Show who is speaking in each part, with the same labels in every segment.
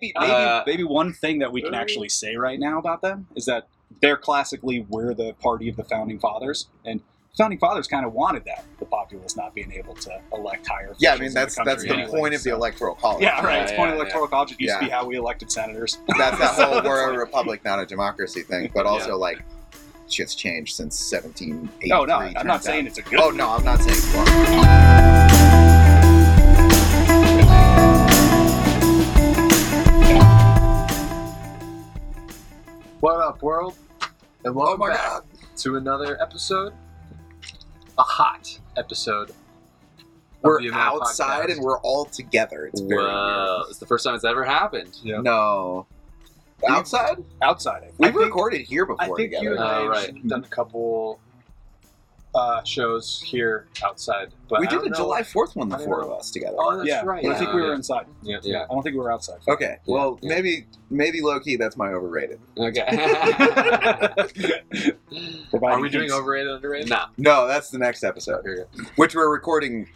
Speaker 1: Maybe, maybe,
Speaker 2: Uh,
Speaker 1: maybe one thing that we can actually say right now about them is that they're classically we're the party of the founding fathers, and founding fathers kind of wanted that the populace not being able to elect higher.
Speaker 3: Yeah, I
Speaker 1: officials
Speaker 3: mean
Speaker 1: in
Speaker 3: that's
Speaker 1: the
Speaker 3: that's
Speaker 1: country
Speaker 3: the
Speaker 1: anyway,
Speaker 3: point of the
Speaker 1: so-
Speaker 3: electoral college.
Speaker 1: Yeah, right.
Speaker 2: Yeah,
Speaker 1: it's point
Speaker 2: yeah,
Speaker 1: of electoral college. It used to be
Speaker 3: Yeah.
Speaker 1: how we elected senators.
Speaker 3: That's that
Speaker 1: So
Speaker 3: whole
Speaker 1: that's
Speaker 3: we're a
Speaker 1: like-
Speaker 3: republic, not a democracy thing. But also like shit's changed since 1783.
Speaker 1: Oh, No, no, I'm
Speaker 3: turns
Speaker 1: not
Speaker 3: out.
Speaker 1: saying it's a good.
Speaker 3: Oh no, I'm not saying. Well,
Speaker 4: What up, world? And
Speaker 3: Oh
Speaker 4: welcome back to another episode. A hot episode. of the
Speaker 3: We're
Speaker 4: Amount
Speaker 3: outside
Speaker 4: Podcast.
Speaker 3: and we're all together. It's very
Speaker 2: Whoa, it's the first time it's ever happened.
Speaker 4: Yeah.
Speaker 3: weird. No, outside.
Speaker 1: outside. I think.
Speaker 3: We've
Speaker 1: I think-
Speaker 3: recorded here
Speaker 1: I
Speaker 3: before
Speaker 1: think you
Speaker 3: together.
Speaker 4: Uh,
Speaker 1: and I
Speaker 2: Oh,
Speaker 4: right.
Speaker 1: have
Speaker 4: done
Speaker 1: done
Speaker 4: a couple uh, shows here outside. But
Speaker 3: we
Speaker 4: I
Speaker 3: did
Speaker 4: don't
Speaker 3: a
Speaker 4: know-
Speaker 3: July 4th one, the
Speaker 4: I
Speaker 3: four
Speaker 4: don't
Speaker 3: of us together.
Speaker 4: Oh, that's
Speaker 1: yeah,
Speaker 4: right.
Speaker 1: but I think we
Speaker 2: Yeah.
Speaker 1: were inside.
Speaker 4: Yeah.
Speaker 1: I don't think we were outside.
Speaker 3: Okay,
Speaker 2: Yeah,
Speaker 3: well
Speaker 2: yeah.
Speaker 3: maybe maybe low key that's my overrated.
Speaker 2: Okay.
Speaker 4: Are we doing overrated underrated?
Speaker 2: nah.
Speaker 3: No, that's the next episode,
Speaker 4: Here we go.
Speaker 3: which we're recording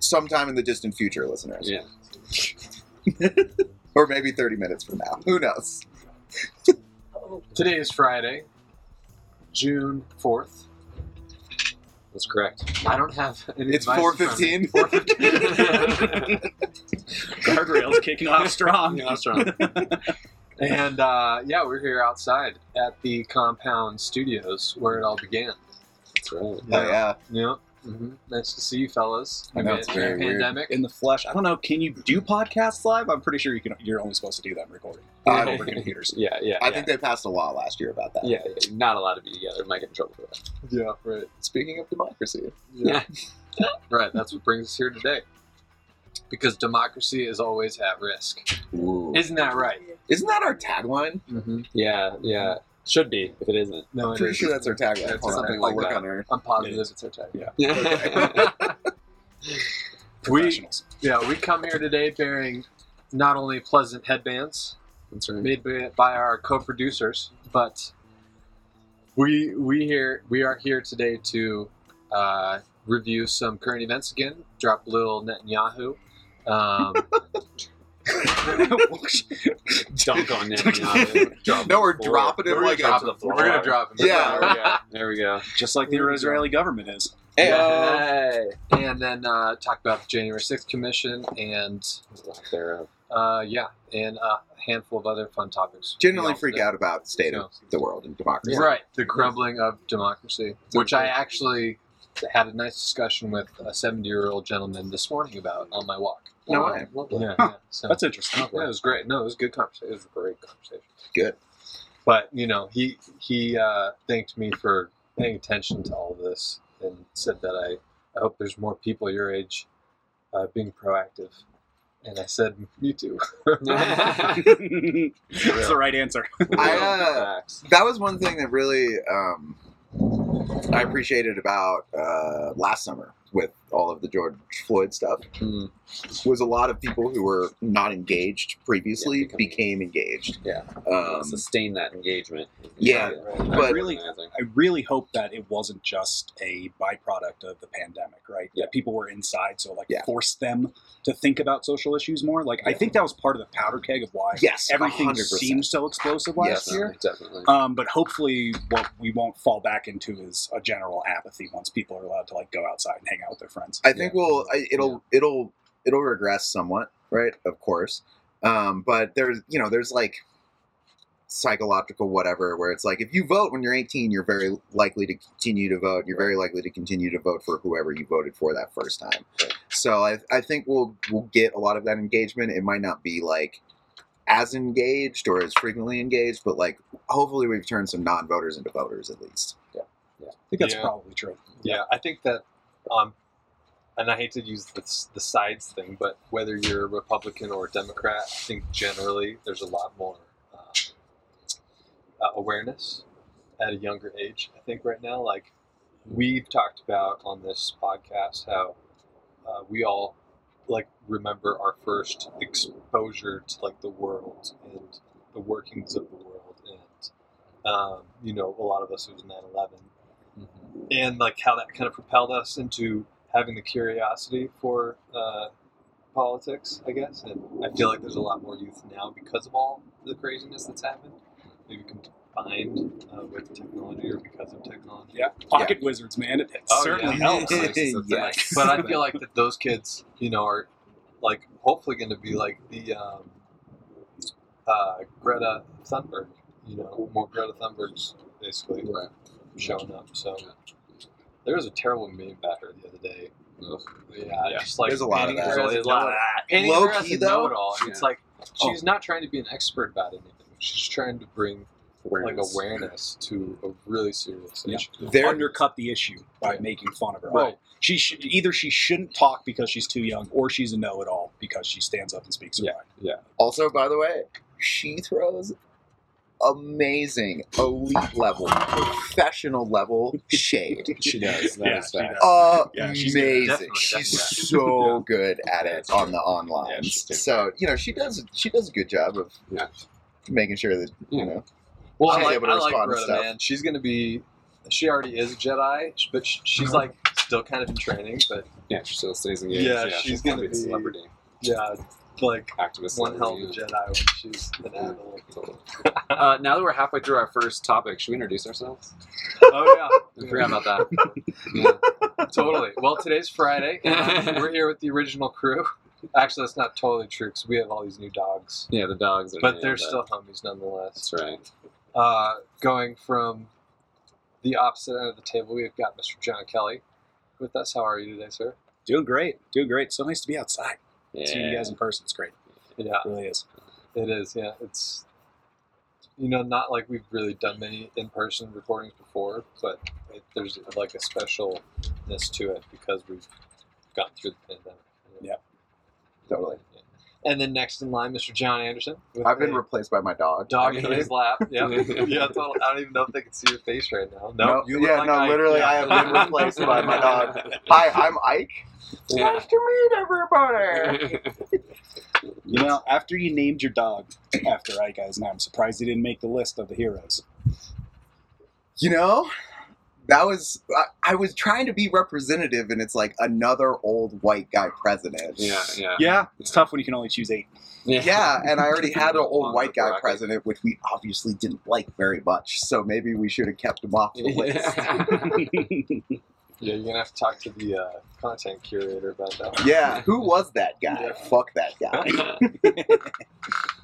Speaker 3: sometime in the distant future, listeners.
Speaker 2: Yeah.
Speaker 3: or maybe 30 minutes from now. Who knows?
Speaker 4: Today is Friday, June 4th.
Speaker 2: That's correct.
Speaker 4: I don't have any
Speaker 3: It's
Speaker 4: device in front of me.
Speaker 3: 4:15.
Speaker 4: 4:15.
Speaker 1: guardrails kicking off strong?
Speaker 4: Yeah, that's right. and uh, yeah, we're here outside at the compound studios where it all began.
Speaker 2: That's right.
Speaker 3: Oh yeah,
Speaker 4: Yeah. hmm Nice to see you, fellas.
Speaker 3: I know,
Speaker 4: Amid
Speaker 3: it's
Speaker 4: the
Speaker 3: very weird.
Speaker 4: pandemic.
Speaker 1: in the flesh. I don't know. Can you do podcasts live? I'm pretty sure you can. You're only supposed to do that in recording
Speaker 3: Uh,
Speaker 1: over computers.
Speaker 2: Yeah, yeah.
Speaker 3: I
Speaker 2: yeah.
Speaker 3: think they passed a law last year about that.
Speaker 2: Yeah, yeah, not allowed to be together. Might get in trouble for that.
Speaker 4: Yeah, right.
Speaker 3: Speaking of democracy,
Speaker 4: Yeah. right. That's what brings us here today. Because democracy is always at risk.
Speaker 3: Ooh.
Speaker 4: Isn't that right?
Speaker 3: isn't that our tagline?
Speaker 4: Mm-hmm.
Speaker 2: Yeah, yeah. Should be if it isn't.
Speaker 4: No,
Speaker 3: I'm
Speaker 4: it
Speaker 3: pretty
Speaker 4: is.
Speaker 3: sure that's our tagline.
Speaker 4: It's
Speaker 3: Hold on,
Speaker 4: something
Speaker 3: I'll
Speaker 4: like
Speaker 3: work
Speaker 4: that.
Speaker 3: on her.
Speaker 4: I'm positive
Speaker 1: It is.
Speaker 4: it's our tag.
Speaker 1: Professionals.
Speaker 4: Yeah, we come here today bearing not only pleasant headbands,
Speaker 2: That's right.
Speaker 4: made by, by our co-producers, but we we here we are here today to uh, review some current events again. Drop a little Netanyahu. Um,
Speaker 2: Dunk on Netanyahu. Drop
Speaker 3: No,
Speaker 2: him
Speaker 3: we're
Speaker 2: the floor.
Speaker 3: dropping him
Speaker 2: We're gonna
Speaker 3: like a-
Speaker 2: drop the floor.
Speaker 4: we're gonna drop him.
Speaker 3: Yeah.
Speaker 2: There we go. There we go.
Speaker 1: Just like the Israeli government is.
Speaker 3: Hey,
Speaker 2: Hey.
Speaker 4: and then uh, talk about the January sixth commission and
Speaker 2: Lack thereof.
Speaker 4: uh, yeah, and a handful of other fun topics.
Speaker 3: generally
Speaker 4: Yeah.
Speaker 3: freak out about state of the world and democracy.
Speaker 4: Right, the crumbling of democracy, which I actually had a nice discussion with a 70 year old gentleman this morning about on my walk.
Speaker 3: No way.
Speaker 4: Yeah,
Speaker 1: Huh.
Speaker 4: yeah, so-
Speaker 1: That's interesting.
Speaker 4: yeah, it was great. No, it was a good conversation. It was a great conversation.
Speaker 3: Good.
Speaker 4: But you know, he he uh, thanked me for paying attention to all this and said that I, I hope there's more people your age uh, being proactive. And I said, me too.
Speaker 1: That's the right answer.
Speaker 3: I,
Speaker 2: Real
Speaker 3: uh,
Speaker 2: facts.
Speaker 3: that was one thing that really um, I appreciated about uh, last summer with all of the George Floyd stuff
Speaker 2: Mm,
Speaker 3: was a lot of people who were not engaged previously
Speaker 2: Yeah, becoming-
Speaker 3: became engaged.
Speaker 2: Yeah.
Speaker 3: Um,
Speaker 2: sustain that engagement.
Speaker 3: yeah,
Speaker 1: but- I really hope that it wasn't just a byproduct of the pandemic, right?
Speaker 2: Yeah.
Speaker 1: That people were inside, so like
Speaker 3: Yeah.
Speaker 1: forced them to think about social issues more. Like I
Speaker 2: Yeah.
Speaker 1: think that was part of the powder keg of why
Speaker 3: yes,
Speaker 1: everything
Speaker 3: 100%.
Speaker 1: seemed so explosive last
Speaker 3: Yes.
Speaker 1: year.
Speaker 2: Definitely. definitely.
Speaker 1: Um, but hopefully, what we won't fall back into is a general apathy once people are allowed to like go outside and hang out with their friends.
Speaker 3: I think
Speaker 2: Yeah.
Speaker 3: we'll I, it'll it'll it'll regress somewhat, right? Of course, um, but there's you know there's like psychological whatever where it's like if you vote when you're 18 you're very likely to continue to vote you're very likely to continue to vote for whoever you voted for that first time
Speaker 2: Right.
Speaker 3: so I, I think we'll we'll get a lot of that engagement it might not be like as engaged or as frequently engaged but like hopefully we've turned some non-voters into voters at least
Speaker 1: I think that's
Speaker 4: Yeah.
Speaker 1: probably true.
Speaker 4: Yeah, I think that, um, and I hate to use the, s- the sides thing, but whether you're a Republican or a Democrat, I think generally there's a lot more um, uh, awareness at a younger age. I think right now, like we've talked about on this podcast, how uh, we all like remember our first exposure to like the world and the workings of the world, and um, you know, a lot of us it was 9/11 and like how that kind of propelled us into having the curiosity for uh, politics, I guess. And I feel like there's a lot more youth now because of all the craziness that's happened. Maybe combined uh, with technology or because of technology.
Speaker 1: Yeah, pocket wizards, man. It, it
Speaker 4: Oh,
Speaker 1: certainly
Speaker 4: yeah.
Speaker 1: helps.
Speaker 4: Yeah.
Speaker 3: yes.
Speaker 4: but I feel like that those kids, you know, are like hopefully going to be like the um, uh, Greta Thunberg, you know, more Greta Thunbergs basically
Speaker 2: Right.
Speaker 4: showing up. So there was a terrible meme about her the other day.
Speaker 2: Ugh.
Speaker 4: Yeah,
Speaker 2: Yeah.
Speaker 4: just like
Speaker 3: There's a lot
Speaker 4: painting
Speaker 3: of that.
Speaker 4: her as
Speaker 2: There's a lot of
Speaker 4: know-it-all. Painting
Speaker 3: Low
Speaker 4: her as
Speaker 3: key,
Speaker 4: a
Speaker 3: though?
Speaker 4: know-it-all. and It's like
Speaker 1: Oh.
Speaker 4: she's not trying to be an expert about anything. She's trying to bring like
Speaker 2: Awareness.
Speaker 4: awareness to a really serious
Speaker 1: Yeah.
Speaker 4: issue.
Speaker 3: There,
Speaker 1: undercut the issue by
Speaker 4: Right.
Speaker 1: making fun of her.
Speaker 4: Right.
Speaker 1: She sh- either she shouldn't talk because she's too young, or she's a know-it-all because she stands up and speaks her mind.
Speaker 3: also, by the way, she throws amazing, elite level, professional level shade.
Speaker 2: She does. That
Speaker 1: Yeah,
Speaker 2: is
Speaker 1: she
Speaker 2: fact.
Speaker 1: does.
Speaker 3: Amazing.
Speaker 1: Yeah,
Speaker 3: she's
Speaker 1: she's good at it.
Speaker 4: Definitely, definitely.
Speaker 3: so good at
Speaker 2: Yeah,
Speaker 3: it
Speaker 2: it's
Speaker 3: on
Speaker 2: good.
Speaker 3: the online.
Speaker 2: Yeah, she's doing
Speaker 3: so you know she does she does a good job of
Speaker 2: Yeah.
Speaker 3: making sure that you know
Speaker 4: Well, I
Speaker 3: She's
Speaker 4: like,
Speaker 3: able to
Speaker 4: I like
Speaker 3: respond to
Speaker 4: Greta,
Speaker 3: stuff.
Speaker 4: man. She's gonna be. She already is a Jedi, sh- but sh- she's like still kind of in training. But
Speaker 2: Yeah, she still stays engaged.
Speaker 4: Yeah, she's
Speaker 2: she'll
Speaker 4: gonna
Speaker 2: probably a
Speaker 4: be-
Speaker 2: celebrity
Speaker 4: yeah, like
Speaker 2: activist.
Speaker 4: one hell of a
Speaker 2: celebrity, yeah.
Speaker 4: Jedi when she's an adult.
Speaker 2: Totally. Uh, now that we're halfway through our first topic, should we introduce ourselves?
Speaker 4: Oh
Speaker 2: I forgot about that.
Speaker 4: yeah, totally. Well, today's Friday. and we're here with the original crew. Actually, that's not totally true because we have all these new dogs,
Speaker 2: Yeah, the dogs. Are
Speaker 4: but they're
Speaker 2: yeah,
Speaker 4: still homies nonetheless.
Speaker 2: That's right.
Speaker 4: Uh, going from the opposite end of the table, we've got Mr. John Kelly with us. How are you today, sir?
Speaker 1: Doing great, doing great. So nice to be outside,
Speaker 2: Yeah.
Speaker 1: seeing you guys in person. It's great,
Speaker 4: Yeah.
Speaker 1: it really is.
Speaker 4: It is, yeah. It's you know not like we've really done many in-person recordings before, but it, there's like a specialness to it because we've gone through the pandemic.
Speaker 1: Yeah.
Speaker 3: totally.
Speaker 4: And then next in line, Mr. John Anderson. with
Speaker 3: I've been
Speaker 4: a
Speaker 3: replaced by my dog.
Speaker 4: dog in his lap. Yeah,
Speaker 2: Yeah.
Speaker 4: yeah. Totally. I don't even know if they can see your face right now. No,
Speaker 3: No,
Speaker 4: you look
Speaker 3: yeah,
Speaker 4: like
Speaker 3: no,
Speaker 4: I-
Speaker 3: literally,
Speaker 4: yeah.
Speaker 3: I have been replaced by my dog. Hi, I'm Ike.
Speaker 2: Yeah.
Speaker 3: to meet everybody.
Speaker 1: You know, after you named your dog after Ike Eisen, I'm surprised he didn't make the list of the heroes.
Speaker 3: You know, that was I, I was trying to be representative, and it's like another old white guy president.
Speaker 2: Yeah, yeah,
Speaker 1: Yeah, it's tough when you can only choose eight.
Speaker 3: Yeah, and I already had an old
Speaker 2: Longer
Speaker 3: white guy
Speaker 2: bracket.
Speaker 3: president, which we obviously didn't like very much. So maybe we should have kept him off the list.
Speaker 4: Yeah, you're gonna have to talk to the uh, content curator about that. one.
Speaker 3: Yeah, who was that guy?
Speaker 4: Yeah.
Speaker 3: Fuck that guy.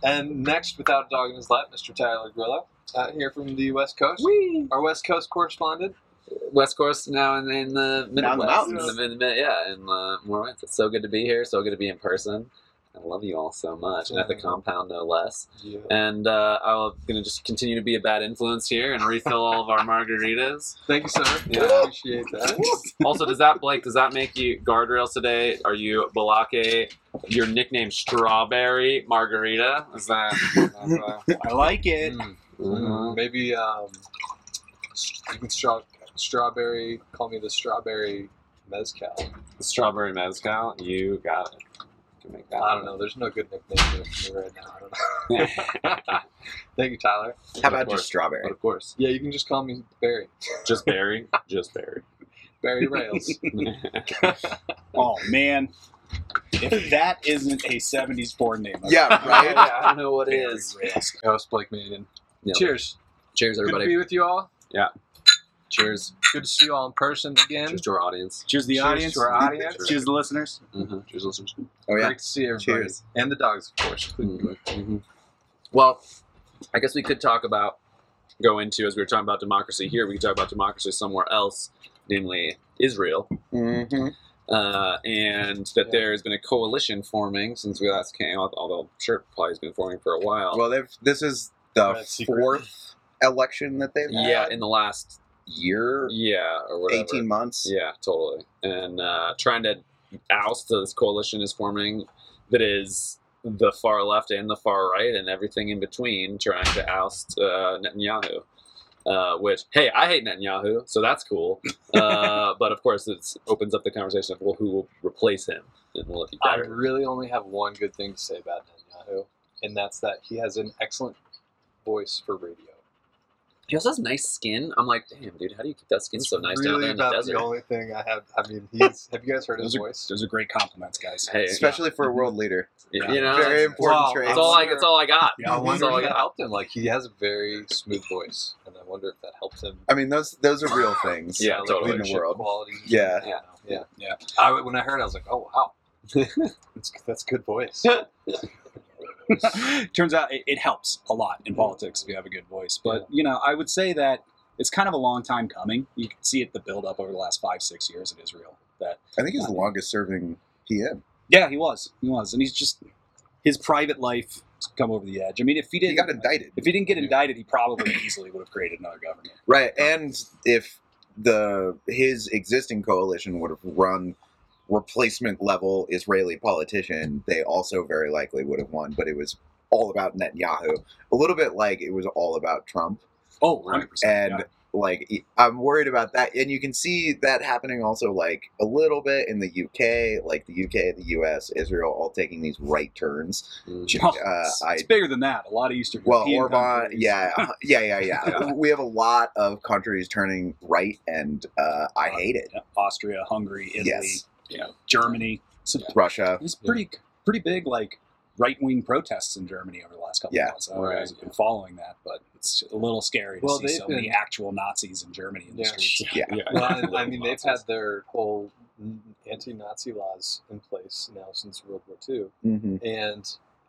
Speaker 4: And next, without a dog in his lap, Mr. Tyler Grillo, out here from the West Coast. Our West Coast correspondent.
Speaker 2: West Coast now in, in the
Speaker 3: Now in the
Speaker 2: Midwest.
Speaker 3: mountains.
Speaker 2: In the mid- mid- yeah, in the Mormons. It's so good to be here. So good to be in person. I love you all so much, and at the compound no less.
Speaker 4: Yeah.
Speaker 2: And uh, I'm gonna just continue to be a bad influence here and refill all of our margaritas.
Speaker 4: Thank you, sir.
Speaker 2: Yeah.
Speaker 4: I appreciate that.
Speaker 2: also, does that Blake? Does that make you guardrails today? Are you Balake? Your nickname Strawberry Margarita? Is that? that's,
Speaker 1: I like it.
Speaker 4: Mm.
Speaker 2: uh,
Speaker 4: Maybe um, you can straw, strawberry. Call me the strawberry mezcal.
Speaker 2: strawberry mezcal. You got it. Can make that.
Speaker 4: I don't know. There's no good nickname for me right now. I don't know. Thank you, Tyler.
Speaker 3: How about just strawberry?
Speaker 2: But of course,
Speaker 4: Yeah, you can just call me Barry.
Speaker 2: just berry, just berry.
Speaker 4: Barry Rails.
Speaker 1: Oh man, if that isn't a '70s porn name, I'm
Speaker 3: Yeah,
Speaker 2: I
Speaker 3: right.
Speaker 2: don't know what it
Speaker 1: very
Speaker 2: is.
Speaker 1: raised.
Speaker 4: Host Blake Maiden.
Speaker 2: Yeah.
Speaker 4: Cheers.
Speaker 2: Cheers,
Speaker 4: Good to
Speaker 2: everybody.
Speaker 4: be with you all.
Speaker 2: Cheers.
Speaker 4: Good to see you all in person again.
Speaker 2: Cheers to our audience.
Speaker 1: Cheers, the
Speaker 4: Cheers
Speaker 1: audience.
Speaker 4: to our audience.
Speaker 1: Cheers, the listeners.
Speaker 2: Mm-hmm. Cheers, listeners.
Speaker 3: Oh yeah.
Speaker 4: Great to see everybody.
Speaker 3: Cheers.
Speaker 4: And the dogs, of course.
Speaker 2: Mhm. Well, I guess we could talk about go into as we were talking about democracy here. We could talk about democracy somewhere else, namely Israel,
Speaker 3: hmm
Speaker 2: uh, and that
Speaker 4: Yeah.
Speaker 2: there has been a coalition forming since we last came up. Although I'm sure it probably has been forming for a while.
Speaker 3: Well, they've, this is the
Speaker 4: Right, secret.
Speaker 3: fourth election that they've had.
Speaker 2: yeah, in the last
Speaker 3: year,
Speaker 2: yeah or whatever.
Speaker 3: eighteen months.
Speaker 2: Yeah, totally. And uh, trying to oust this coalition is forming that is the far left and the far right and everything in between trying to oust uh, Netanyahu. Uh, which hey, I hate Netanyahu, so that's cool. Uh, but of course, it opens up the conversation of well, who will replace him? And will it be
Speaker 4: I
Speaker 2: better?
Speaker 4: really only have one good thing to say about Netanyahu, and that's that he has an excellent voice for radio.
Speaker 2: He also has nice skin. I'm like, damn, dude, how do you keep that skin so nice down
Speaker 4: really
Speaker 2: there in the
Speaker 4: about
Speaker 2: desert?
Speaker 4: the only thing I have. I mean, he's. Have you guys heard his
Speaker 1: Those are,
Speaker 4: voice?
Speaker 1: those are great compliments, guys.
Speaker 2: Hey,
Speaker 3: especially for a world leader.
Speaker 2: yeah. you know,
Speaker 3: Very
Speaker 2: that's
Speaker 3: important
Speaker 4: Wow.
Speaker 3: trait.
Speaker 4: It's
Speaker 2: Mm-hmm. that's all I. That's all I got.
Speaker 1: Yeah, I
Speaker 4: I wonder
Speaker 2: that's all I
Speaker 4: if that
Speaker 2: got.
Speaker 4: helped him. Like he has a very smooth voice, and I wonder if that helps him.
Speaker 3: I mean, those those are real things.
Speaker 2: Yeah,
Speaker 4: like,
Speaker 2: totally.
Speaker 3: In the
Speaker 4: leadership
Speaker 3: world.
Speaker 4: qualities.
Speaker 3: Yeah.
Speaker 4: yeah, yeah.
Speaker 1: Yeah.
Speaker 4: I, when I heard, it, I was like, oh wow, that's that's good voice.
Speaker 1: Turns out it, it helps a lot in politics if you have a good voice. But you know, I would say that it's kind of a long time coming. You can see it the build up over the last five, six years in Israel. That
Speaker 3: I think he's the longest serving PM.
Speaker 1: yeah, he was, he was, and he's just his private life has come over the edge. I mean, if he
Speaker 3: He
Speaker 1: didn't
Speaker 3: got indicted,
Speaker 1: if he didn't get
Speaker 4: Yeah.
Speaker 1: indicted, he probably easily would have created another government.
Speaker 3: right? And if the his existing coalition would have run replacement level Israeli politician, they also very likely would have won. But it was all about Netanyahu, a little bit like it was all about Trump.
Speaker 1: Oh,
Speaker 2: Right.
Speaker 1: 100%.
Speaker 3: and
Speaker 1: yeah.
Speaker 3: like I'm worried about that. And you can see that happening also like a little bit in the UK, like the UK, the US, Israel, all taking these right turns.
Speaker 2: Mm.
Speaker 1: Oh,
Speaker 3: uh,
Speaker 1: it's,
Speaker 3: I-
Speaker 1: it's bigger than that. A lot of Eastern
Speaker 3: Well,
Speaker 1: European
Speaker 3: Orban,
Speaker 1: countries.
Speaker 3: yeah, uh, yeah, yeah, yeah.
Speaker 1: Yeah.
Speaker 3: we have a lot of countries turning right, and uh, I hate it.
Speaker 1: Yeah, Austria, Hungary, Italy,
Speaker 3: Yes.
Speaker 1: you know, Germany. So
Speaker 3: Russia,
Speaker 1: There's pretty pretty big like right wing protests in Germany over the last couple
Speaker 3: Yeah.
Speaker 1: of months. I don't know if you guys
Speaker 4: Right.
Speaker 1: have been following that, but it's a little scary to
Speaker 4: Well,
Speaker 1: see
Speaker 4: they've
Speaker 1: so many
Speaker 4: been-
Speaker 1: actual Nazis in Germany in the
Speaker 4: Yeah.
Speaker 1: streets.
Speaker 3: yeah.
Speaker 4: Well, I, I mean, they've had their whole anti-Nazi laws in place now since World War II,
Speaker 3: hmm
Speaker 4: and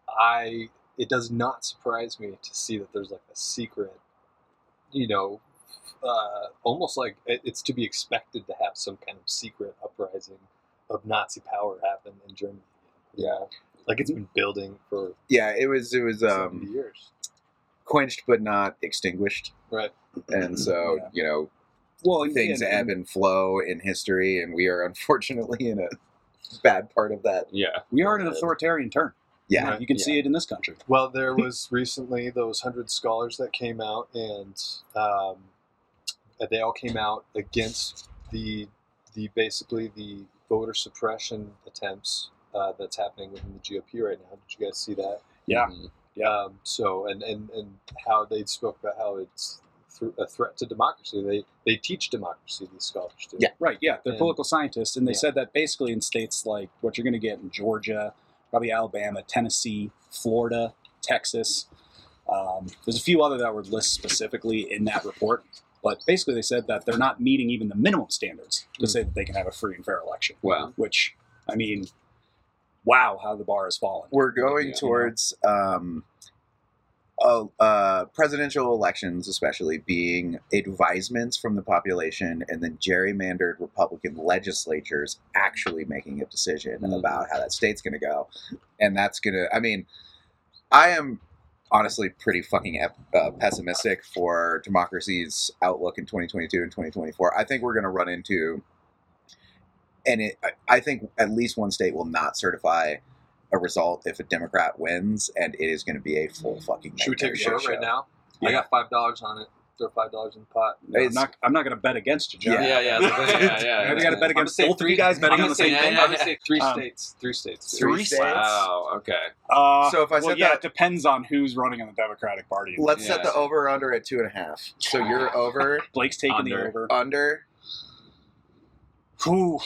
Speaker 4: I it does not surprise me to see that there's like a secret, you know, uh, almost like it, it's to be expected to have some kind of secret uprising of Nazi power happen in Germany. Yeah, like it's been building for
Speaker 3: yeah. It was it was
Speaker 4: seventy
Speaker 3: um,
Speaker 4: years.
Speaker 3: quenched but not extinguished,
Speaker 4: Right.
Speaker 3: and so
Speaker 1: Mm-hmm. Yeah.
Speaker 3: you know
Speaker 1: Well, and-
Speaker 3: things
Speaker 1: and-
Speaker 3: ebb and flow in history, and we are unfortunately in a bad part of that.
Speaker 2: Yeah,
Speaker 1: we are in an authoritarian turn.
Speaker 3: Yeah.
Speaker 1: You can see it in this country.
Speaker 4: Well, there was recently those hundred scholars that came out, and um, they all came out against the the basically the voter suppression attempts uh, that's happening within the GOP right now. Did you guys see that?
Speaker 1: Yeah.
Speaker 2: Mhm.
Speaker 4: Um, so, and, and and how they spoke about how it's th- a threat to democracy. They they teach democracy. These scholars do.
Speaker 3: Yeah.
Speaker 1: Right, yeah. They're
Speaker 4: And-
Speaker 1: political scientists, and they
Speaker 4: Yeah.
Speaker 1: said that basically in states like what you're going to get in Georgia, probably Alabama, Tennessee, Florida, Texas. Um, there's a few other that were listed specifically in that report, but basically they said that they're not meeting even the minimum standards to
Speaker 4: Mm.
Speaker 1: say that they can have a free and fair election.
Speaker 2: Wow.
Speaker 1: Which, I mean, wow, how the bar has fallen.
Speaker 3: we're going
Speaker 2: Yeah.
Speaker 3: towards um, uh, uh, presidential elections, especially being advisements from the population, and then gerrymandered Republican legislatures actually making a decision
Speaker 2: Mhm.
Speaker 3: about how that state's going to go, and that's going to. I mean, I am honestly pretty fucking ep- uh, pessimistic for democracy's outlook in 2022 and 2024. I think we're going to run into, and it, I- I think at least one state will not certify a result if a Democrat wins, and it is going to be a full fucking.
Speaker 4: Should we take a
Speaker 3: nightmare
Speaker 4: vote
Speaker 3: shit
Speaker 4: right
Speaker 3: show.
Speaker 4: now?
Speaker 1: Yeah.
Speaker 4: I got five dollars on it. Throw five dollars in the pot.
Speaker 1: No, I'm
Speaker 3: It's-
Speaker 1: not, I'm not going to bet against you, John.
Speaker 3: Yeah.
Speaker 2: Yeah, yeah, that's the thing. yeah, yeah.
Speaker 1: I got to bet
Speaker 4: I'm gonna
Speaker 1: against
Speaker 4: say
Speaker 1: both of
Speaker 4: three-
Speaker 1: you guys betting
Speaker 4: I'm
Speaker 1: on
Speaker 4: gonna
Speaker 1: the
Speaker 4: say,
Speaker 1: same
Speaker 2: yeah,
Speaker 1: thing.
Speaker 2: yeah.
Speaker 4: I'm gonna say three
Speaker 1: Um,
Speaker 4: states. Three states.
Speaker 3: Three
Speaker 1: Three
Speaker 3: states.
Speaker 2: Wow. Okay.
Speaker 1: Uh,
Speaker 3: So if I
Speaker 1: well,
Speaker 3: said
Speaker 1: yeah,
Speaker 3: that-
Speaker 1: it depends on who's running on the Democratic Party.
Speaker 3: Let's set
Speaker 2: Yeah.
Speaker 3: the over under at two and a half. So you're over
Speaker 1: Blake's taking the
Speaker 2: Under.
Speaker 1: over.
Speaker 3: under.
Speaker 1: Whew.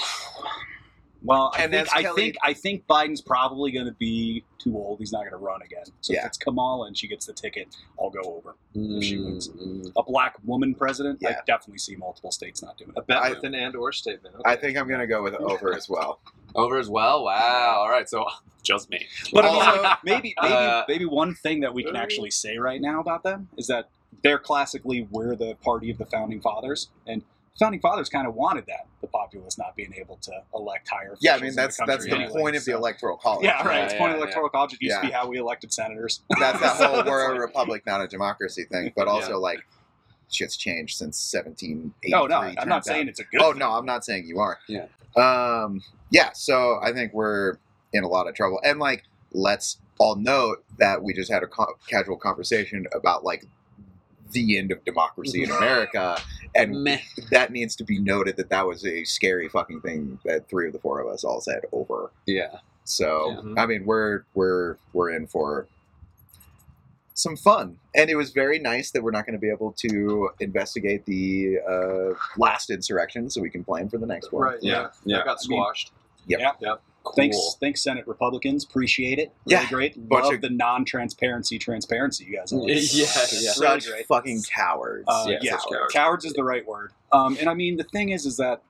Speaker 1: Well, I
Speaker 3: And
Speaker 1: think
Speaker 3: that's
Speaker 1: I
Speaker 3: Kelly-
Speaker 1: think I think Biden's probably going to be too old. He's not going to run again. So if
Speaker 3: Yeah.
Speaker 1: it's Kamala and she gets the ticket, I'll go over. If she wins.
Speaker 2: Mm,
Speaker 1: A black woman president, I
Speaker 3: Yeah.
Speaker 1: definitely see multiple states not doing
Speaker 4: A
Speaker 1: it.
Speaker 4: bet
Speaker 3: I-
Speaker 4: with an and or statement.
Speaker 3: I think I'm going to go with over as well.
Speaker 2: Over as well. Wow. All right. So just me.
Speaker 1: But I mean,
Speaker 3: Also-
Speaker 1: like, maybe maybe
Speaker 2: Uh,
Speaker 1: maybe one thing that we can actually say right now about them is that they're classically we're the party of the founding fathers, and founding fathers kind of wanted that the populace not being able to elect higher.
Speaker 3: Yeah, I
Speaker 1: officials
Speaker 3: mean
Speaker 1: in
Speaker 3: that's
Speaker 1: the
Speaker 3: that's
Speaker 1: country
Speaker 3: the
Speaker 1: anyway,
Speaker 3: point of the
Speaker 1: so-
Speaker 3: electoral college.
Speaker 1: Yeah, right.
Speaker 2: Yeah,
Speaker 1: it's point of
Speaker 2: yeah,
Speaker 1: electoral college. It used to be how we elected senators.
Speaker 3: That's that
Speaker 1: So
Speaker 3: whole
Speaker 1: it's
Speaker 3: we're a
Speaker 1: like-
Speaker 3: republic, not a democracy thing. But also like shit's changed since 1783.
Speaker 1: Oh, No, no, I'm not
Speaker 3: turns out.
Speaker 1: saying it's a good.
Speaker 3: Oh
Speaker 1: thing.
Speaker 3: no, I'm not saying you are.
Speaker 2: Yeah.
Speaker 3: Um. Yeah. So I think we're in a lot of trouble, and like, let's all note that we just had a co- casual conversation about like the end of democracy in America, and
Speaker 2: Meh.
Speaker 3: that needs to be noted that that was a scary fucking thing that three of the four of us all said over.
Speaker 2: Yeah.
Speaker 3: So
Speaker 4: Yeah.
Speaker 3: I mean, we're we're we're in for some fun, and it was very nice that we're not going to be able to investigate the uh, last insurrection, so we can plan for the next one.
Speaker 4: Right. Yeah.
Speaker 2: yeah.
Speaker 4: I
Speaker 1: I
Speaker 4: got
Speaker 1: mean,
Speaker 4: squashed.
Speaker 3: Yep.
Speaker 1: Yeah.
Speaker 4: Yep.
Speaker 2: Cool.
Speaker 1: Thanks, thanks, Senate Republicans. Appreciate it. Really
Speaker 3: Yeah.
Speaker 1: great.
Speaker 3: Bunch
Speaker 1: Love
Speaker 3: of-
Speaker 1: the non-transparency, transparency. You guys, are
Speaker 2: Yeah, yeah.
Speaker 1: Really
Speaker 3: Such
Speaker 1: great.
Speaker 3: fucking cowards.
Speaker 1: Uh,
Speaker 2: Yeah,
Speaker 1: yeah,
Speaker 2: such
Speaker 1: cowards.
Speaker 2: cowards.
Speaker 1: is the right word. Um, and I mean, the thing is, is that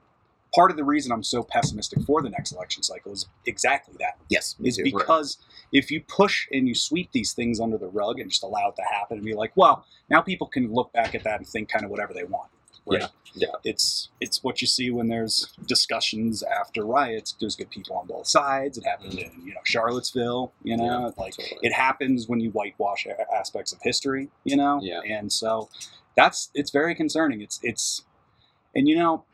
Speaker 1: part of the reason I'm so pessimistic for the next election cycle is exactly that.
Speaker 3: yes, me
Speaker 1: Is
Speaker 3: too.
Speaker 1: because if you push and you sweep these things under the rug and just allow it to happen and be like, well, now people can look back at that and think kind of whatever they want.
Speaker 2: Right. Yeah.
Speaker 1: It's it's what you see when there's discussions after riots. There's good people on both sides. It happened
Speaker 2: Mm.
Speaker 1: in you know Charlottesville. You know, like
Speaker 2: totally.
Speaker 1: it happens when you whitewash a- aspects of history, you know?
Speaker 2: Yeah.
Speaker 1: And so that's it's very concerning. It's it's and you know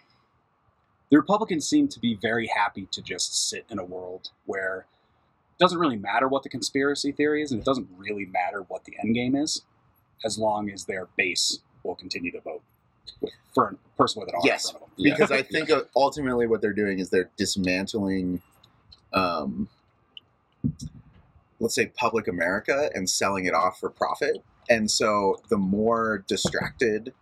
Speaker 1: the Republicans seem to be very happy to just sit in a world where it doesn't really matter what the conspiracy theory is and it doesn't really matter what the end game is as long as their base will continue to vote with, for a person with an arm
Speaker 3: Yes.
Speaker 1: in front of them.
Speaker 2: Yeah.
Speaker 3: because I think uh, ultimately what they're doing is they're dismantling, um, let's say, public America and selling it off for profit. And so the more distracted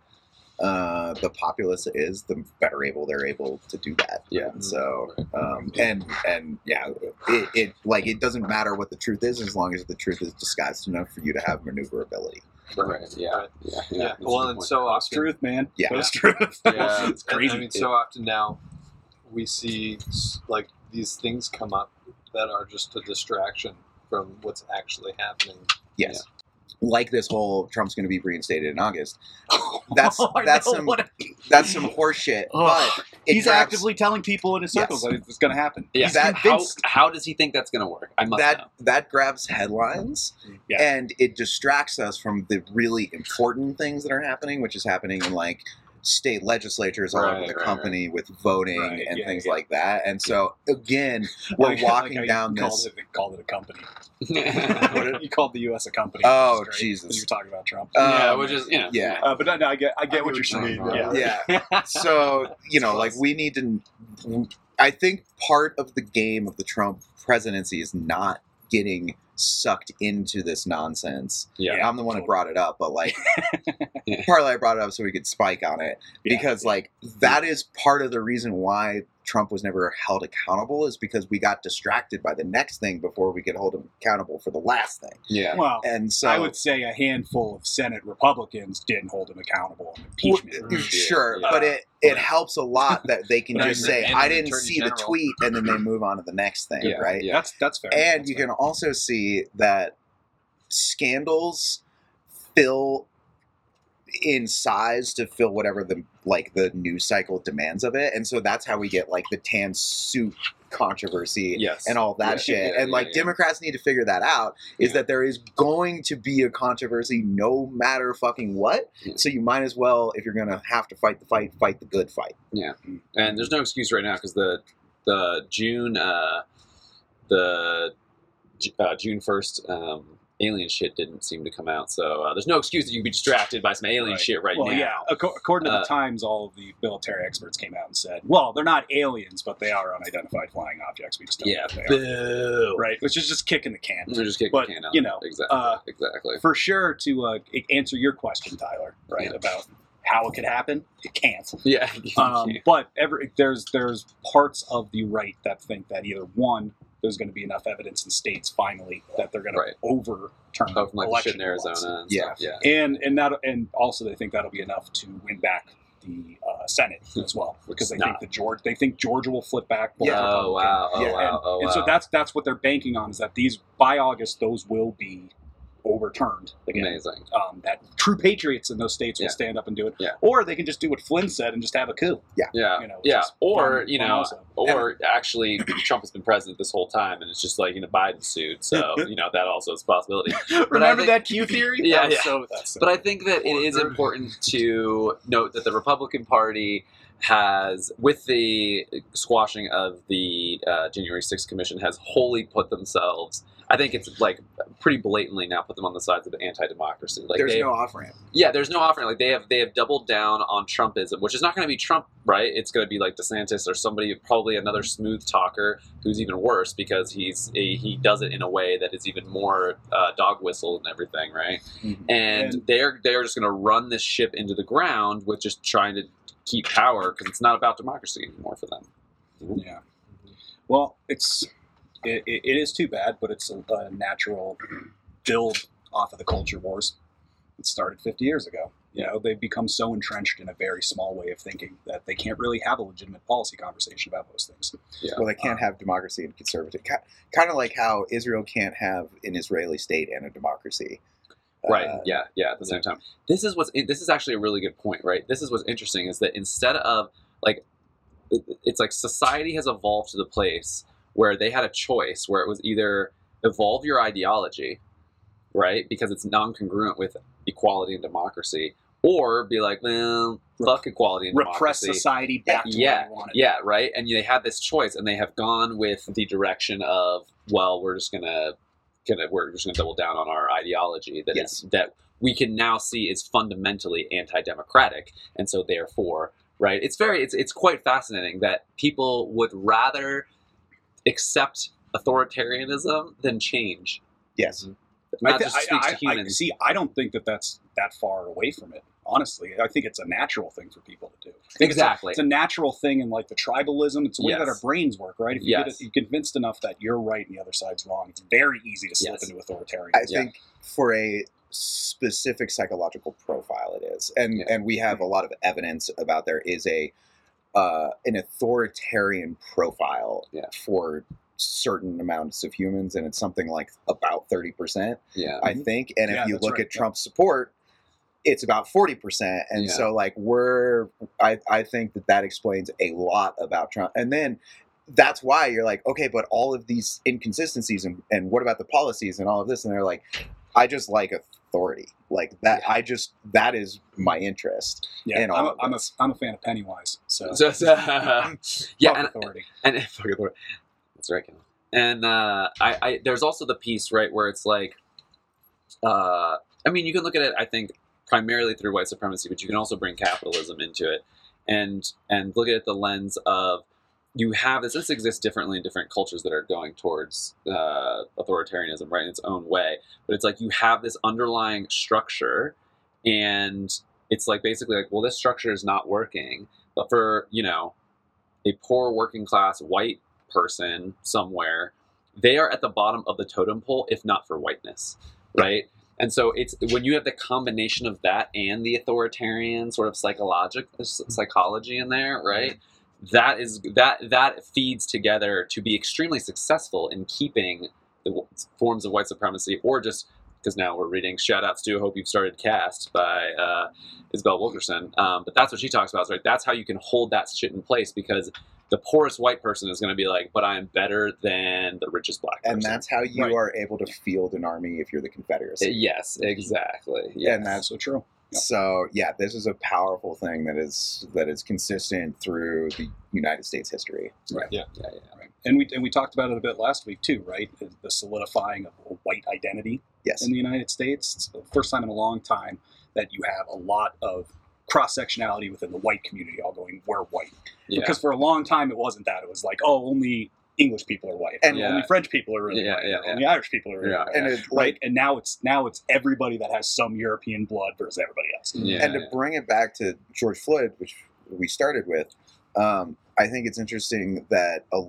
Speaker 3: uh, the populace is, the better able they're able to do that.
Speaker 2: Yeah.
Speaker 3: And so
Speaker 2: Mm-hmm.
Speaker 3: um, and and yeah, it, it like it doesn't matter what the truth is as long as the truth is disguised enough for you to have maneuverability.
Speaker 2: Mm-hmm. Right. Yeah.
Speaker 4: Right.
Speaker 2: Yeah.
Speaker 4: Yeah.
Speaker 2: That's a
Speaker 4: Well,
Speaker 2: good
Speaker 4: and
Speaker 2: point.
Speaker 4: so
Speaker 1: That's
Speaker 4: often
Speaker 1: truth, man.
Speaker 3: Yeah.
Speaker 1: That's truth.
Speaker 2: Yeah.
Speaker 1: it's crazy.
Speaker 4: I mean, so often now we see s- like these things come up that are just a distraction from what's actually happening.
Speaker 3: Yes. Like this whole Trump's going to be reinstated in August. That's
Speaker 1: Oh, I
Speaker 3: that's
Speaker 1: know
Speaker 3: some
Speaker 1: what a-
Speaker 3: That's some horseshit.
Speaker 1: Ugh.
Speaker 3: But it
Speaker 1: he's
Speaker 3: grabs-
Speaker 1: actively telling people in his circles
Speaker 3: Yes.
Speaker 1: that it's going to happen.
Speaker 2: Yeah.
Speaker 3: He's that-
Speaker 2: how,
Speaker 3: convinced-
Speaker 2: how does he think that's going to work? I must
Speaker 3: that
Speaker 2: know.
Speaker 3: that grabs headlines
Speaker 1: Yeah.
Speaker 3: and it distracts us from the really important things that are happening, which is happening in like state legislatures all
Speaker 2: Right,
Speaker 3: over the
Speaker 2: right,
Speaker 3: company with voting
Speaker 1: Right,
Speaker 3: and
Speaker 1: yeah,
Speaker 3: things
Speaker 1: yeah.
Speaker 3: like that. And so again, we're
Speaker 1: Like- like
Speaker 3: walking
Speaker 1: how you
Speaker 3: down
Speaker 1: called
Speaker 3: this.
Speaker 1: It, called it a company.
Speaker 2: yeah,
Speaker 3: What did-
Speaker 1: you called the U.S. a company.
Speaker 3: Oh,
Speaker 1: which is great,
Speaker 3: Jesus.
Speaker 1: 'cause You're talking about Trump.
Speaker 3: Um,
Speaker 2: which is you know,
Speaker 3: yeah.
Speaker 1: Uh, but no, no, I get, I get what you're saying.
Speaker 2: talking
Speaker 1: Yeah.
Speaker 2: about.
Speaker 3: yeah. so you know like we need to i think part of the game of the trump presidency is not getting sucked into this nonsense
Speaker 2: Yeah.
Speaker 3: i'm the one who brought it up but like partly i brought it up so we could spike on it
Speaker 1: Yeah.
Speaker 3: because like that is part of the reason why trump was never held accountable is because we got distracted by the next thing before we could hold him accountable for the last thing
Speaker 2: Yeah.
Speaker 1: Well,
Speaker 3: and so
Speaker 1: I would say a handful of Senate Republicans didn't hold him accountable on
Speaker 3: Well,
Speaker 1: impeachment.
Speaker 3: uh, Sure,
Speaker 2: Yeah.
Speaker 3: but it it helps a lot that they can
Speaker 4: But I
Speaker 3: just
Speaker 4: agree.
Speaker 3: say,
Speaker 4: And
Speaker 3: "I
Speaker 4: the
Speaker 3: didn't
Speaker 4: Attorney
Speaker 3: see the
Speaker 4: General.
Speaker 3: tweet," and then they move on to the next thing,
Speaker 2: Yeah,
Speaker 3: right?
Speaker 2: yeah.
Speaker 1: That's that's fair.
Speaker 3: And
Speaker 1: That's
Speaker 3: you
Speaker 1: fair.
Speaker 3: can also see that scandals fill in size to fill whatever the like the news cycle demands of it, and so that's how we get like the tan suit controversy
Speaker 2: Yes.
Speaker 3: and all that
Speaker 2: Yeah,
Speaker 3: shit.
Speaker 2: yeah,
Speaker 3: and like
Speaker 2: yeah, yeah.
Speaker 3: Democrats need to figure that out is
Speaker 2: Yeah.
Speaker 3: that there is going to be a controversy no matter fucking what.
Speaker 2: Yeah.
Speaker 3: So you might as well, if you're gonna have to fight the fight, fight the good fight.
Speaker 2: and there's no excuse right now because the the June uh, the J- uh, June first um, alien shit didn't seem to come out, so uh, there's no excuse that you can be distracted by some alien
Speaker 1: Right.
Speaker 2: shit right
Speaker 1: well,
Speaker 2: now.
Speaker 1: yeah. Ac- according to the
Speaker 2: Uh,
Speaker 1: Times, all of the military experts came out and said, "Well, they're not aliens, but they are unidentified flying objects. We just don't know
Speaker 2: Yeah.
Speaker 1: what they are."
Speaker 2: Boo.
Speaker 1: Right, which is just kicking the can.
Speaker 2: They're just kicking
Speaker 1: But,
Speaker 2: the can out.
Speaker 1: you know,
Speaker 2: exactly,
Speaker 1: uh,
Speaker 2: exactly.
Speaker 1: for sure to uh, a- answer your question, Tyler, right
Speaker 2: Yeah.
Speaker 1: about how it could happen. It can't.
Speaker 2: Yeah.
Speaker 1: Um, but every there's there's parts of the right that think that either one there's going to be enough evidence in states finally that they're going
Speaker 2: Right.
Speaker 1: to overturn
Speaker 2: Of like the shit
Speaker 1: election
Speaker 2: in
Speaker 1: results.
Speaker 2: Arizona. And
Speaker 3: Yeah.
Speaker 2: Stuff. Yeah.
Speaker 1: and and that and also they think that'll be enough to win back the uh, Senate
Speaker 2: Hmm.
Speaker 1: as well because they think
Speaker 2: Nah.
Speaker 1: the George they think Georgia will flip back. both
Speaker 2: Oh
Speaker 1: Republican-
Speaker 2: wow. Oh
Speaker 3: Yeah,
Speaker 2: wow.
Speaker 1: and,
Speaker 2: oh wow.
Speaker 1: and so that's that's what they're banking on is that these by August those will be overturned again
Speaker 2: amazing.
Speaker 1: um, that true patriots in those states
Speaker 2: Yeah.
Speaker 1: will stand up and do it,
Speaker 2: Yeah.
Speaker 1: or they can just do what Flynn said and just have a coup.
Speaker 2: Yeah.
Speaker 1: You know, which
Speaker 2: yeah.
Speaker 1: is
Speaker 2: Or
Speaker 1: fun-
Speaker 2: you
Speaker 1: fun
Speaker 2: know,
Speaker 1: also.
Speaker 2: or actually, Trump has been president this whole time, and it's just like in a Biden suit. So you know that also is a possibility.
Speaker 1: remember
Speaker 2: think-
Speaker 1: that Q theory?
Speaker 2: Yeah,
Speaker 1: That was
Speaker 2: yeah.
Speaker 1: so- that's so-
Speaker 2: But I think that it is important to note that the Republican Party has, with the squashing of the uh, January 6th Commission, has wholly put themselves I think it's like pretty blatantly now put them on the sides of anti-democracy. Like
Speaker 3: There's
Speaker 2: they,
Speaker 3: no off ramp.
Speaker 2: yeah, there's no offering. Like they have they have doubled down on Trumpism, which is not going to be Trump, right? It's going to be like DeSantis or somebody, probably another smooth talker who's even worse because he's a, he does it in a way that is even more uh, dog whistle and everything, right?
Speaker 3: Mhm.
Speaker 2: And,
Speaker 1: And-
Speaker 2: they're they're just going to run this ship into the ground with just trying to keep power because it's not about democracy anymore for them.
Speaker 1: Yeah. Well, it's it, it it is too bad, but it's a, a natural build off of the culture wars that started 50 years ago. You know, they've become so entrenched in a very small way of thinking that they can't really have a legitimate policy conversation about most things.
Speaker 3: Well, they can't have democracy and conservative. Kind of like how Israel can't have an Israeli state and a democracy.
Speaker 2: right
Speaker 3: Uh,
Speaker 2: yeah yeah at the same time this is what's this is actually a really good point right this is what's interesting is that instead of like it- it's like society has evolved to the place where they had a choice where it was either evolve your ideology right because it's non-congruent with equality and democracy or be like well fuck equality and
Speaker 1: Repress
Speaker 2: democracy
Speaker 1: society back to where they want it.
Speaker 2: yeah, right. And they had this choice, and they have gone with the direction of, well, we're just gonna, gonna, we're just gonna double down on our ideology that is
Speaker 3: Yes.
Speaker 2: that we can now see is fundamentally anti-democratic, and so therefore, right. It's very, it's it's quite fascinating that people would rather accept authoritarianism than change.
Speaker 3: Yes.
Speaker 2: Not
Speaker 1: I thi-
Speaker 2: just
Speaker 1: I-
Speaker 2: speaks
Speaker 1: I-
Speaker 2: to
Speaker 1: I-
Speaker 2: humans.
Speaker 1: see, I don't think that that's that far away from it. Honestly, I think it's a natural thing for people to do. I think it's a-
Speaker 2: exactly.
Speaker 1: it's a natural thing in like the tribalism. It's the way that
Speaker 2: Yes.
Speaker 1: our brains work, right? If you
Speaker 2: Yes.
Speaker 1: get you convinced enough that you're right and the other side's wrong, it's very easy to slip
Speaker 2: Yes.
Speaker 1: into authoritarianism.
Speaker 3: I
Speaker 2: Yeah.
Speaker 3: think for a specific psychological profile, it is, and
Speaker 2: Yeah.
Speaker 3: and we have a lot of evidence about there is a uh, an authoritarian profile
Speaker 2: Yeah.
Speaker 3: for certain amounts of humans, and it's something like about thirty percent,
Speaker 2: yeah.
Speaker 3: I think. And
Speaker 1: Mm-hmm. Yeah,
Speaker 3: if you
Speaker 1: that's
Speaker 3: look
Speaker 1: right.
Speaker 3: at Trump's support, it's about forty percent, and
Speaker 2: Yeah.
Speaker 3: so like we're, I I think that that explains a lot about Trump, and then. That's why you're like, okay, but all of these inconsistencies and, and what about the policies and all of this? And they're like, I just like authority. Like that, I just that is my interest.
Speaker 1: yeah,
Speaker 3: and
Speaker 1: I'm,
Speaker 3: all
Speaker 1: a,
Speaker 3: of
Speaker 1: I'm, a,
Speaker 3: this.
Speaker 1: I'm a fan of Pennywise, so,
Speaker 2: So- so- Uh-huh. yeah,
Speaker 1: fuck
Speaker 2: and,
Speaker 1: authority.
Speaker 2: and fuck it, Lord. that's right. Ken. And uh, I, I there's also the piece right where it's like, uh, I mean, you can look at it. I think primarily through white supremacy, but you can also bring capitalism into it, and and look at it the lens of you have this. This exists differently in different cultures that are going towards uh, authoritarianism, right, in its own way. But it's like you have this underlying structure, and it's like basically like, well, this structure is not working. But for you know, a poor working class white person somewhere, they are at the bottom of the totem pole, if not for whiteness, right? And so it's when you have the combination of that and the authoritarian sort of psychologic uh, psychology in there, right? That is that that feeds together to be extremely successful in keeping the w- forms of white supremacy or just because now we're reading shout outs to hope you've started cast by uh, isabel wilkerson um, but that's what she talks about right that's how you can hold that shit in place because the poorest white person is going to be like but i'm better than the richest black person Eh,
Speaker 3: And that's how you
Speaker 1: Right.
Speaker 3: are able to field an army if you're the Confederacy.
Speaker 2: yes exactly yes.
Speaker 3: And
Speaker 1: That's
Speaker 3: that's-
Speaker 1: so true. Yep.
Speaker 3: So yeah, this is a powerful thing that is that is consistent through the United States history.
Speaker 2: yeah, yeah.
Speaker 1: Right. And we and we talked about it a bit last week too, right? The solidifying of a white identity
Speaker 3: Yes.
Speaker 1: in the United States. It's the first time in a long time that you have a lot of cross sectionality within the white community, all going we're white.
Speaker 2: Yeah.
Speaker 1: Because for a long time it wasn't that. It was like, oh, only English people are white,
Speaker 3: And-
Speaker 1: and only
Speaker 2: Yeah.
Speaker 1: French people are really
Speaker 2: Yeah,
Speaker 1: white,
Speaker 2: yeah, yeah.
Speaker 1: only Irish people are really
Speaker 2: Yeah.
Speaker 1: white.
Speaker 3: and it,
Speaker 1: right?
Speaker 3: like
Speaker 1: and now it's now it's everybody that has some European blood versus everybody else.
Speaker 2: Yeah,
Speaker 3: and to
Speaker 2: yeah.
Speaker 3: bring it back to George Floyd, which we started with, um, I think it's interesting that a,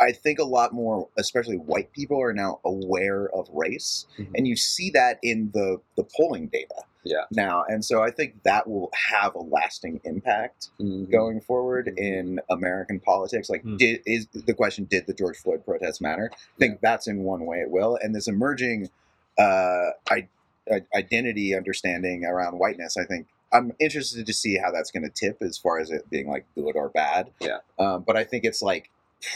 Speaker 3: I think a lot more, especially white people, are now aware of race,
Speaker 2: Mhm.
Speaker 3: and you see that in the the polling data.
Speaker 2: Yeah.
Speaker 3: Now, and so I think that will have a lasting impact
Speaker 2: Mhm.
Speaker 3: going forward in American politics. Like,
Speaker 2: Mm.
Speaker 4: Hmm.
Speaker 3: did, is the question, did the George Floyd protest matter? I think that's in one way it will. And this emerging uh, I, I- identity understanding around whiteness, I think I'm interested to see how that's going to tip as far as it being like good or bad.
Speaker 2: Yeah.
Speaker 3: Um, but I think it's like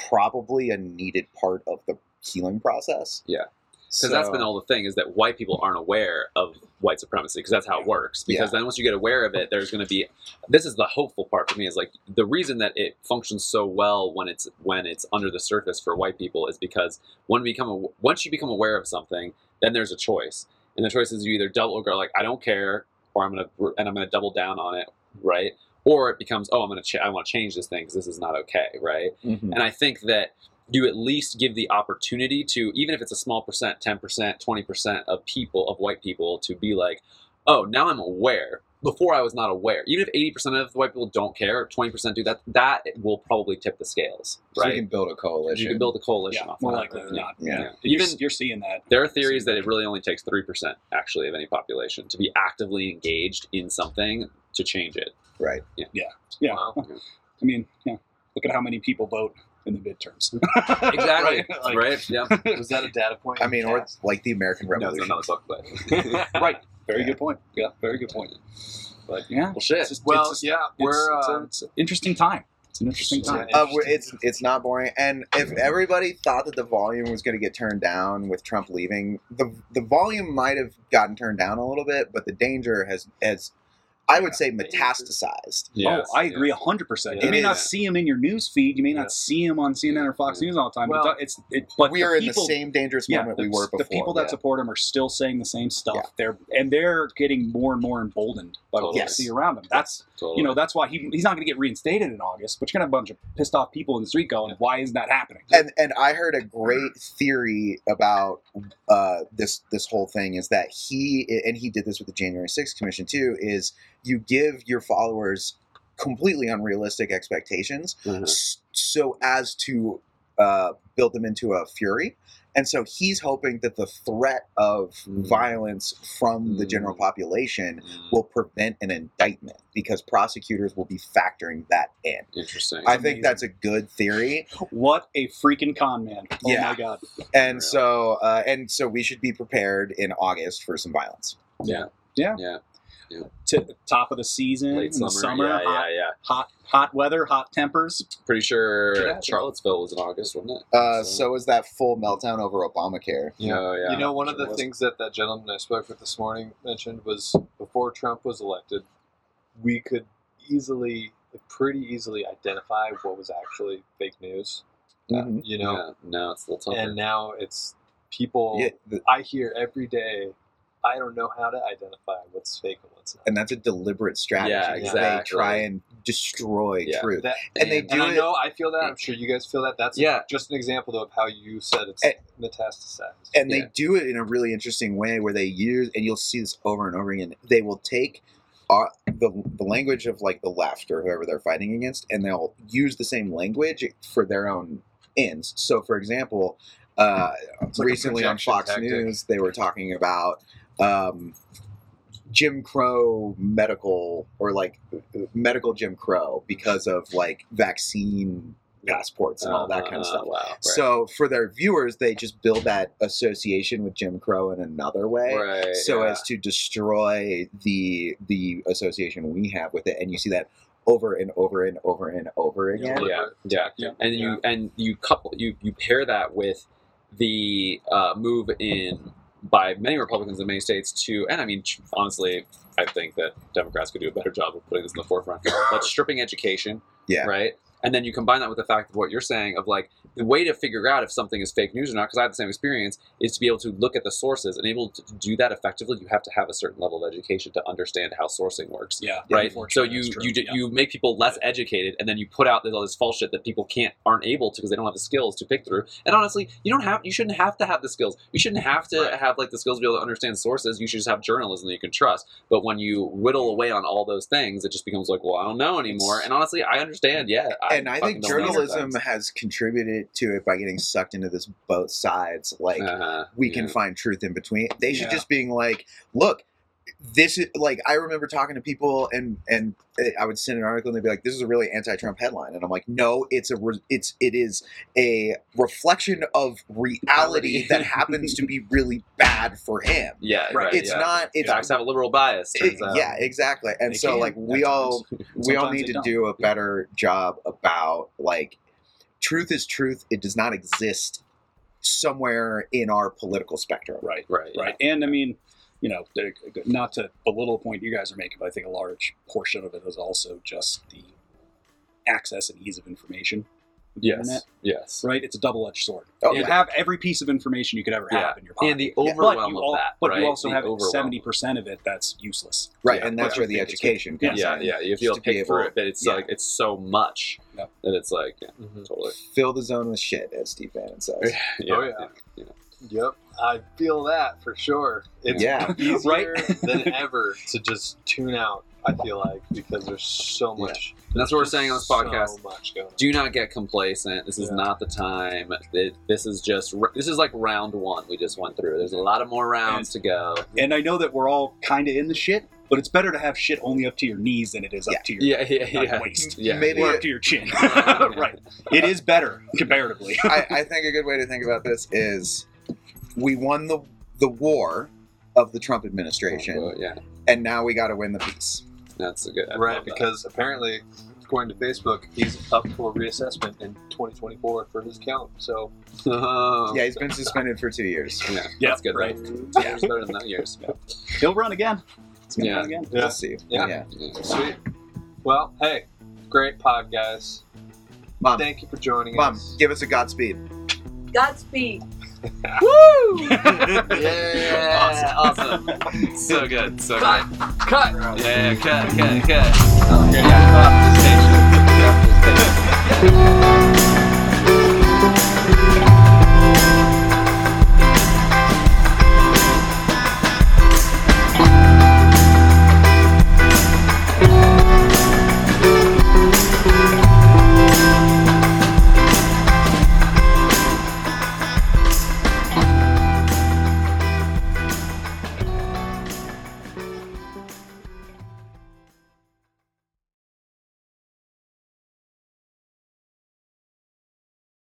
Speaker 3: probably a needed part of the healing process.
Speaker 2: because that's been all the thing is that white people aren't aware of white supremacy because that's how it works because then once you get aware of it there's going to be this is the hopeful part for me is like the reason that it functions so well when it's when it's under the surface for white people is because when we become aw- once you become aware of something then there's a choice and the choice is you either double or go like i don't care or i'm going to and i'm going to double down on it right or it becomes oh i'm going to ch- i want to change this thing because this is not okay right
Speaker 3: Mhm.
Speaker 2: and I think that you at least give the opportunity to, even if it's a small percent, 10%, 20% of people, of white people, to be like, oh, now I'm aware. Before I was not aware. Even if 80% of white people don't care, 20% do that, that will probably tip the scales,
Speaker 3: So
Speaker 2: right?
Speaker 3: you can build a coalition.
Speaker 2: you can build a coalition
Speaker 1: Yeah,
Speaker 2: off
Speaker 1: more
Speaker 2: of
Speaker 1: likely
Speaker 2: that.
Speaker 1: than not.
Speaker 3: yeah.
Speaker 2: Yeah.
Speaker 1: Even
Speaker 2: Even
Speaker 1: you're, you're seeing that.
Speaker 2: there are theories that it really only takes 3% actually of any population to be actively engaged in something to change it.
Speaker 3: right.
Speaker 1: Yeah.
Speaker 4: Wow.
Speaker 1: I mean, yeah. Look at how many people vote in the midterms.
Speaker 2: Exactly.
Speaker 1: Right,
Speaker 2: right?
Speaker 1: like-
Speaker 2: Yeah.
Speaker 4: Was that a data point?
Speaker 3: I mean, or it's like the American
Speaker 2: No, it's
Speaker 3: Revolution.
Speaker 2: another book, but.
Speaker 1: right. Very
Speaker 3: Yeah.
Speaker 1: good point. Yeah. Very good point. But yeah.
Speaker 2: Well, shit.
Speaker 1: It's just-
Speaker 4: Well,
Speaker 1: it's just-
Speaker 4: yeah,
Speaker 1: it's-
Speaker 4: we're
Speaker 1: it's, a-
Speaker 4: um,
Speaker 1: it's an interesting time. It's an interesting
Speaker 4: It's an
Speaker 1: time.
Speaker 3: Uh, we're- it's it's not boring. And if everybody thought that the volume was going to get turned down with Trump leaving, the the volume might have gotten turned down a little bit, but the danger has has I would say metastasized.
Speaker 2: Yes,
Speaker 1: oh, I
Speaker 2: yeah.
Speaker 1: agree hundred percent. You
Speaker 4: Yeah.
Speaker 1: may
Speaker 3: It
Speaker 1: not
Speaker 3: is.
Speaker 1: see him in your news feed. You may
Speaker 4: Yeah.
Speaker 1: not see him on CNN or Fox
Speaker 2: Yeah.
Speaker 1: News all the time.
Speaker 4: Well,
Speaker 1: but it's it. But
Speaker 3: we
Speaker 1: the
Speaker 3: are in
Speaker 1: people,
Speaker 3: the same dangerous
Speaker 1: Yeah,
Speaker 3: moment
Speaker 1: the,
Speaker 3: we were before.
Speaker 1: the people that
Speaker 4: yeah.
Speaker 1: support him are still saying the same stuff.
Speaker 3: Yeah.
Speaker 1: They're and they're getting more and more emboldened by what
Speaker 2: Totally.
Speaker 1: they see around them. That's
Speaker 2: Totally.
Speaker 1: you know that's why he, he's not going to get reinstated in August. But you're going to have a bunch of pissed off people in the street going, "Why isn't that happening?"
Speaker 3: and and I heard a great theory about uh, this this whole thing is that he and he did this with the January 6th commission too is you give your followers completely unrealistic expectations
Speaker 2: Mhm.
Speaker 3: s- so as to uh, build them into a fury. And so he's hoping that the threat of
Speaker 2: Mm.
Speaker 3: violence from the general
Speaker 2: Mm.
Speaker 3: population
Speaker 2: Mm.
Speaker 3: will prevent an indictment because prosecutors will be factoring that in.
Speaker 2: Interesting.
Speaker 3: I
Speaker 1: amazing.
Speaker 3: think that's a good theory.
Speaker 1: What a freaking con man! Oh
Speaker 3: Yeah.
Speaker 1: my god!
Speaker 3: And so, uh, and so, we should be prepared in August for some violence.
Speaker 2: yeah.
Speaker 1: Yeah.
Speaker 2: Yeah.
Speaker 1: To top of the season, in
Speaker 2: Late summer.
Speaker 1: the summer,
Speaker 2: yeah,
Speaker 1: hot,
Speaker 2: yeah, yeah.
Speaker 1: hot hot weather, hot tempers.
Speaker 2: Pretty sure
Speaker 1: Yeah.
Speaker 2: Charlottesville was in August, wasn't it?
Speaker 3: Uh, so is that full meltdown over Obamacare?
Speaker 2: yeah. Oh, yeah.
Speaker 4: You know, one of
Speaker 1: Sure
Speaker 4: the
Speaker 1: was.
Speaker 4: things that that gentleman I spoke with this morning mentioned was before Trump was elected, we could easily, pretty easily identify what was actually fake news, uh,
Speaker 3: Mhm.
Speaker 4: you know?
Speaker 2: Yeah. No, it's a little tougher.
Speaker 4: And now it's people,
Speaker 3: Yeah, th-
Speaker 4: I hear every day, I don't know how to identify what's fake and what's not.
Speaker 3: and that's a deliberate strategy.
Speaker 2: Yeah,
Speaker 3: is They
Speaker 2: exactly.
Speaker 3: try and destroy
Speaker 2: Yeah.
Speaker 3: truth.
Speaker 4: That-
Speaker 3: and they
Speaker 2: And-
Speaker 3: do
Speaker 4: and I
Speaker 3: it- Mm.
Speaker 4: know I feel that. I'm sure you guys feel that. That's
Speaker 2: Yeah.
Speaker 4: just an example, though, of how you said it's
Speaker 3: And-
Speaker 4: metastasized.
Speaker 3: and they
Speaker 2: Yeah.
Speaker 3: do it in a really interesting way where they use and you'll see this over and over again they will take uh, the, the language of like the left or whoever they're fighting against and they'll use the same language for their own ends so for example uh,
Speaker 4: like a
Speaker 3: recently on
Speaker 4: projection
Speaker 3: fox
Speaker 4: tactic.
Speaker 3: news they were talking about um, jim crow medical or like medical jim crow because of like vaccine passports and all that kind of
Speaker 2: Uh,
Speaker 3: stuff
Speaker 2: Wow. Right.
Speaker 3: so for their viewers, they just build that association with Jim Crow in another way,
Speaker 2: right,
Speaker 3: so
Speaker 2: yeah.
Speaker 3: as to destroy the the association we have with it. And you see that over and over and over and over again.
Speaker 2: Yeah. Yeah.
Speaker 1: Yeah.
Speaker 2: and you and you couple you you pair that with the uh, move in by many Republicans in many states to, and I mean tr- honestly, I think that Democrats could do a better job of putting this in the forefront, but stripping education,
Speaker 3: Yeah.
Speaker 2: right. And then you combine that with the fact of what you're saying of like the way to figure out if something is fake news or not, because I had the same experience, is to be able to look at the sources and able to do that effectively. You have to have a certain level of education to understand how sourcing works
Speaker 1: Yeah.
Speaker 2: right? So
Speaker 1: unfortunately,
Speaker 2: you
Speaker 1: that's true.
Speaker 2: you d-
Speaker 1: Yeah.
Speaker 2: you make people less educated, and then you put out all this false shit that people can't aren't able to because they don't have the skills to pick through. And honestly, you don't have you shouldn't have to have the skills. You shouldn't have to
Speaker 4: Right.
Speaker 2: have like the skills to be able to understand sources. You should just have journalism that you can trust. But when you whittle away on all those things, it just becomes like, well, I don't know anymore. And honestly, I understand. Yeah,
Speaker 3: and I think
Speaker 2: fucking don't know
Speaker 3: journalism
Speaker 2: sometimes.
Speaker 3: has contributed to it by getting sucked into this both sides. Like
Speaker 2: Uh-huh,
Speaker 3: we
Speaker 2: yeah.
Speaker 3: can find truth in between. They should
Speaker 1: Yeah.
Speaker 3: just being like, look, this is like I remember talking to people and and eh, I would send an article and they'd be like, this is a really anti-Trump headline, and I'm like, no, it's a re- it's it is a reflection of reality that happens to be really bad for him.
Speaker 2: Yeah, right.
Speaker 1: Right.
Speaker 3: It's
Speaker 2: yeah.
Speaker 3: not it's.
Speaker 2: Facts have a liberal bias.
Speaker 3: it-
Speaker 2: turns out.
Speaker 3: yeah, exactly. And
Speaker 1: They
Speaker 3: so,
Speaker 1: can
Speaker 3: like,
Speaker 1: at
Speaker 3: we all we all
Speaker 1: Sometimes
Speaker 3: need
Speaker 1: they
Speaker 3: to
Speaker 1: don't.
Speaker 3: do a better job about like truth is truth. It does not exist somewhere in our political spectrum.
Speaker 1: Right.
Speaker 2: Right.
Speaker 1: Right. And I mean, you know, there- not to belittle the point you guys are making, but I think a large portion of it is also just the access and ease of information. with the
Speaker 2: Yes.
Speaker 1: internet,
Speaker 2: Yes.
Speaker 1: right? It's a double-edged sword.
Speaker 3: Oh,
Speaker 1: you
Speaker 3: yeah.
Speaker 1: have every piece of information you could ever
Speaker 2: Yeah.
Speaker 1: have in your pocket.
Speaker 2: And the
Speaker 3: Yeah.
Speaker 2: overwhelm
Speaker 1: but you,
Speaker 2: of
Speaker 1: al-
Speaker 2: that.
Speaker 1: but
Speaker 2: right?
Speaker 1: you also
Speaker 2: The
Speaker 1: have
Speaker 2: overwhelm.
Speaker 1: seventy percent of it that's useless.
Speaker 3: Right,
Speaker 2: Yeah.
Speaker 3: and that's
Speaker 1: Which
Speaker 3: where
Speaker 1: I
Speaker 3: the
Speaker 1: think is
Speaker 3: education
Speaker 1: good.
Speaker 3: comes
Speaker 2: Yeah,
Speaker 3: in.
Speaker 2: yeah. You have
Speaker 3: Just to
Speaker 2: to
Speaker 3: be
Speaker 2: pick through
Speaker 3: able-
Speaker 2: it, but it's
Speaker 1: yeah.
Speaker 2: like it's so much
Speaker 1: Yeah.
Speaker 2: that it's like yeah,
Speaker 4: Mhm.
Speaker 2: totally.
Speaker 3: Fill the zone with shit, as Steve Bannon says.
Speaker 4: Oh, yeah. Yep, I feel that for sure. It's
Speaker 3: Yeah.
Speaker 4: easier
Speaker 1: Right?
Speaker 4: than ever to just tune out. I feel like because there's so
Speaker 3: Yeah.
Speaker 4: much.
Speaker 2: And that's what we're saying on this
Speaker 4: So
Speaker 2: podcast.
Speaker 4: much going on.
Speaker 2: do not get complacent. This is
Speaker 4: Yeah.
Speaker 2: not the time. Th- This is just this is like round one we just went through. There's a lot of more rounds to go.
Speaker 1: And I know that we're all kind of in the shit, but it's better to have shit only up to your knees than it is up
Speaker 3: Yeah.
Speaker 1: to your
Speaker 2: Yeah, yeah,
Speaker 1: uh,
Speaker 2: yeah.
Speaker 1: waist
Speaker 2: yeah.
Speaker 3: Maybe-
Speaker 1: or up to your chin. right. It is better comparatively.
Speaker 3: I, I think a good way to think about this is we won the the war of the Trump administration,
Speaker 2: Yeah,
Speaker 3: and now we got to win the peace.
Speaker 2: that's a good. I
Speaker 4: right
Speaker 2: love that.
Speaker 4: because apparently, according to Facebook, he's up for reassessment in 2024 for his count. So
Speaker 2: Oh,
Speaker 3: Yeah, he's been suspended for two years.
Speaker 2: yeah,
Speaker 1: Yeah,
Speaker 2: that's good.
Speaker 1: right.
Speaker 2: Right. Yeah, it's better than that years.
Speaker 1: He'll run again. It's gonna
Speaker 2: Yeah.
Speaker 1: run again.
Speaker 3: We'll see.
Speaker 4: Yeah.
Speaker 2: Yeah.
Speaker 4: sweet. Well, hey, great pod, guys.
Speaker 3: Mom,
Speaker 4: Thank you for joining
Speaker 3: mom,
Speaker 4: us.
Speaker 3: give us a Godspeed.
Speaker 5: Godspeed.
Speaker 2: Yeah, awesome, awesome. So good, so good.
Speaker 5: Cut.
Speaker 2: Yeah, cut, cut, cut.
Speaker 4: Yeah.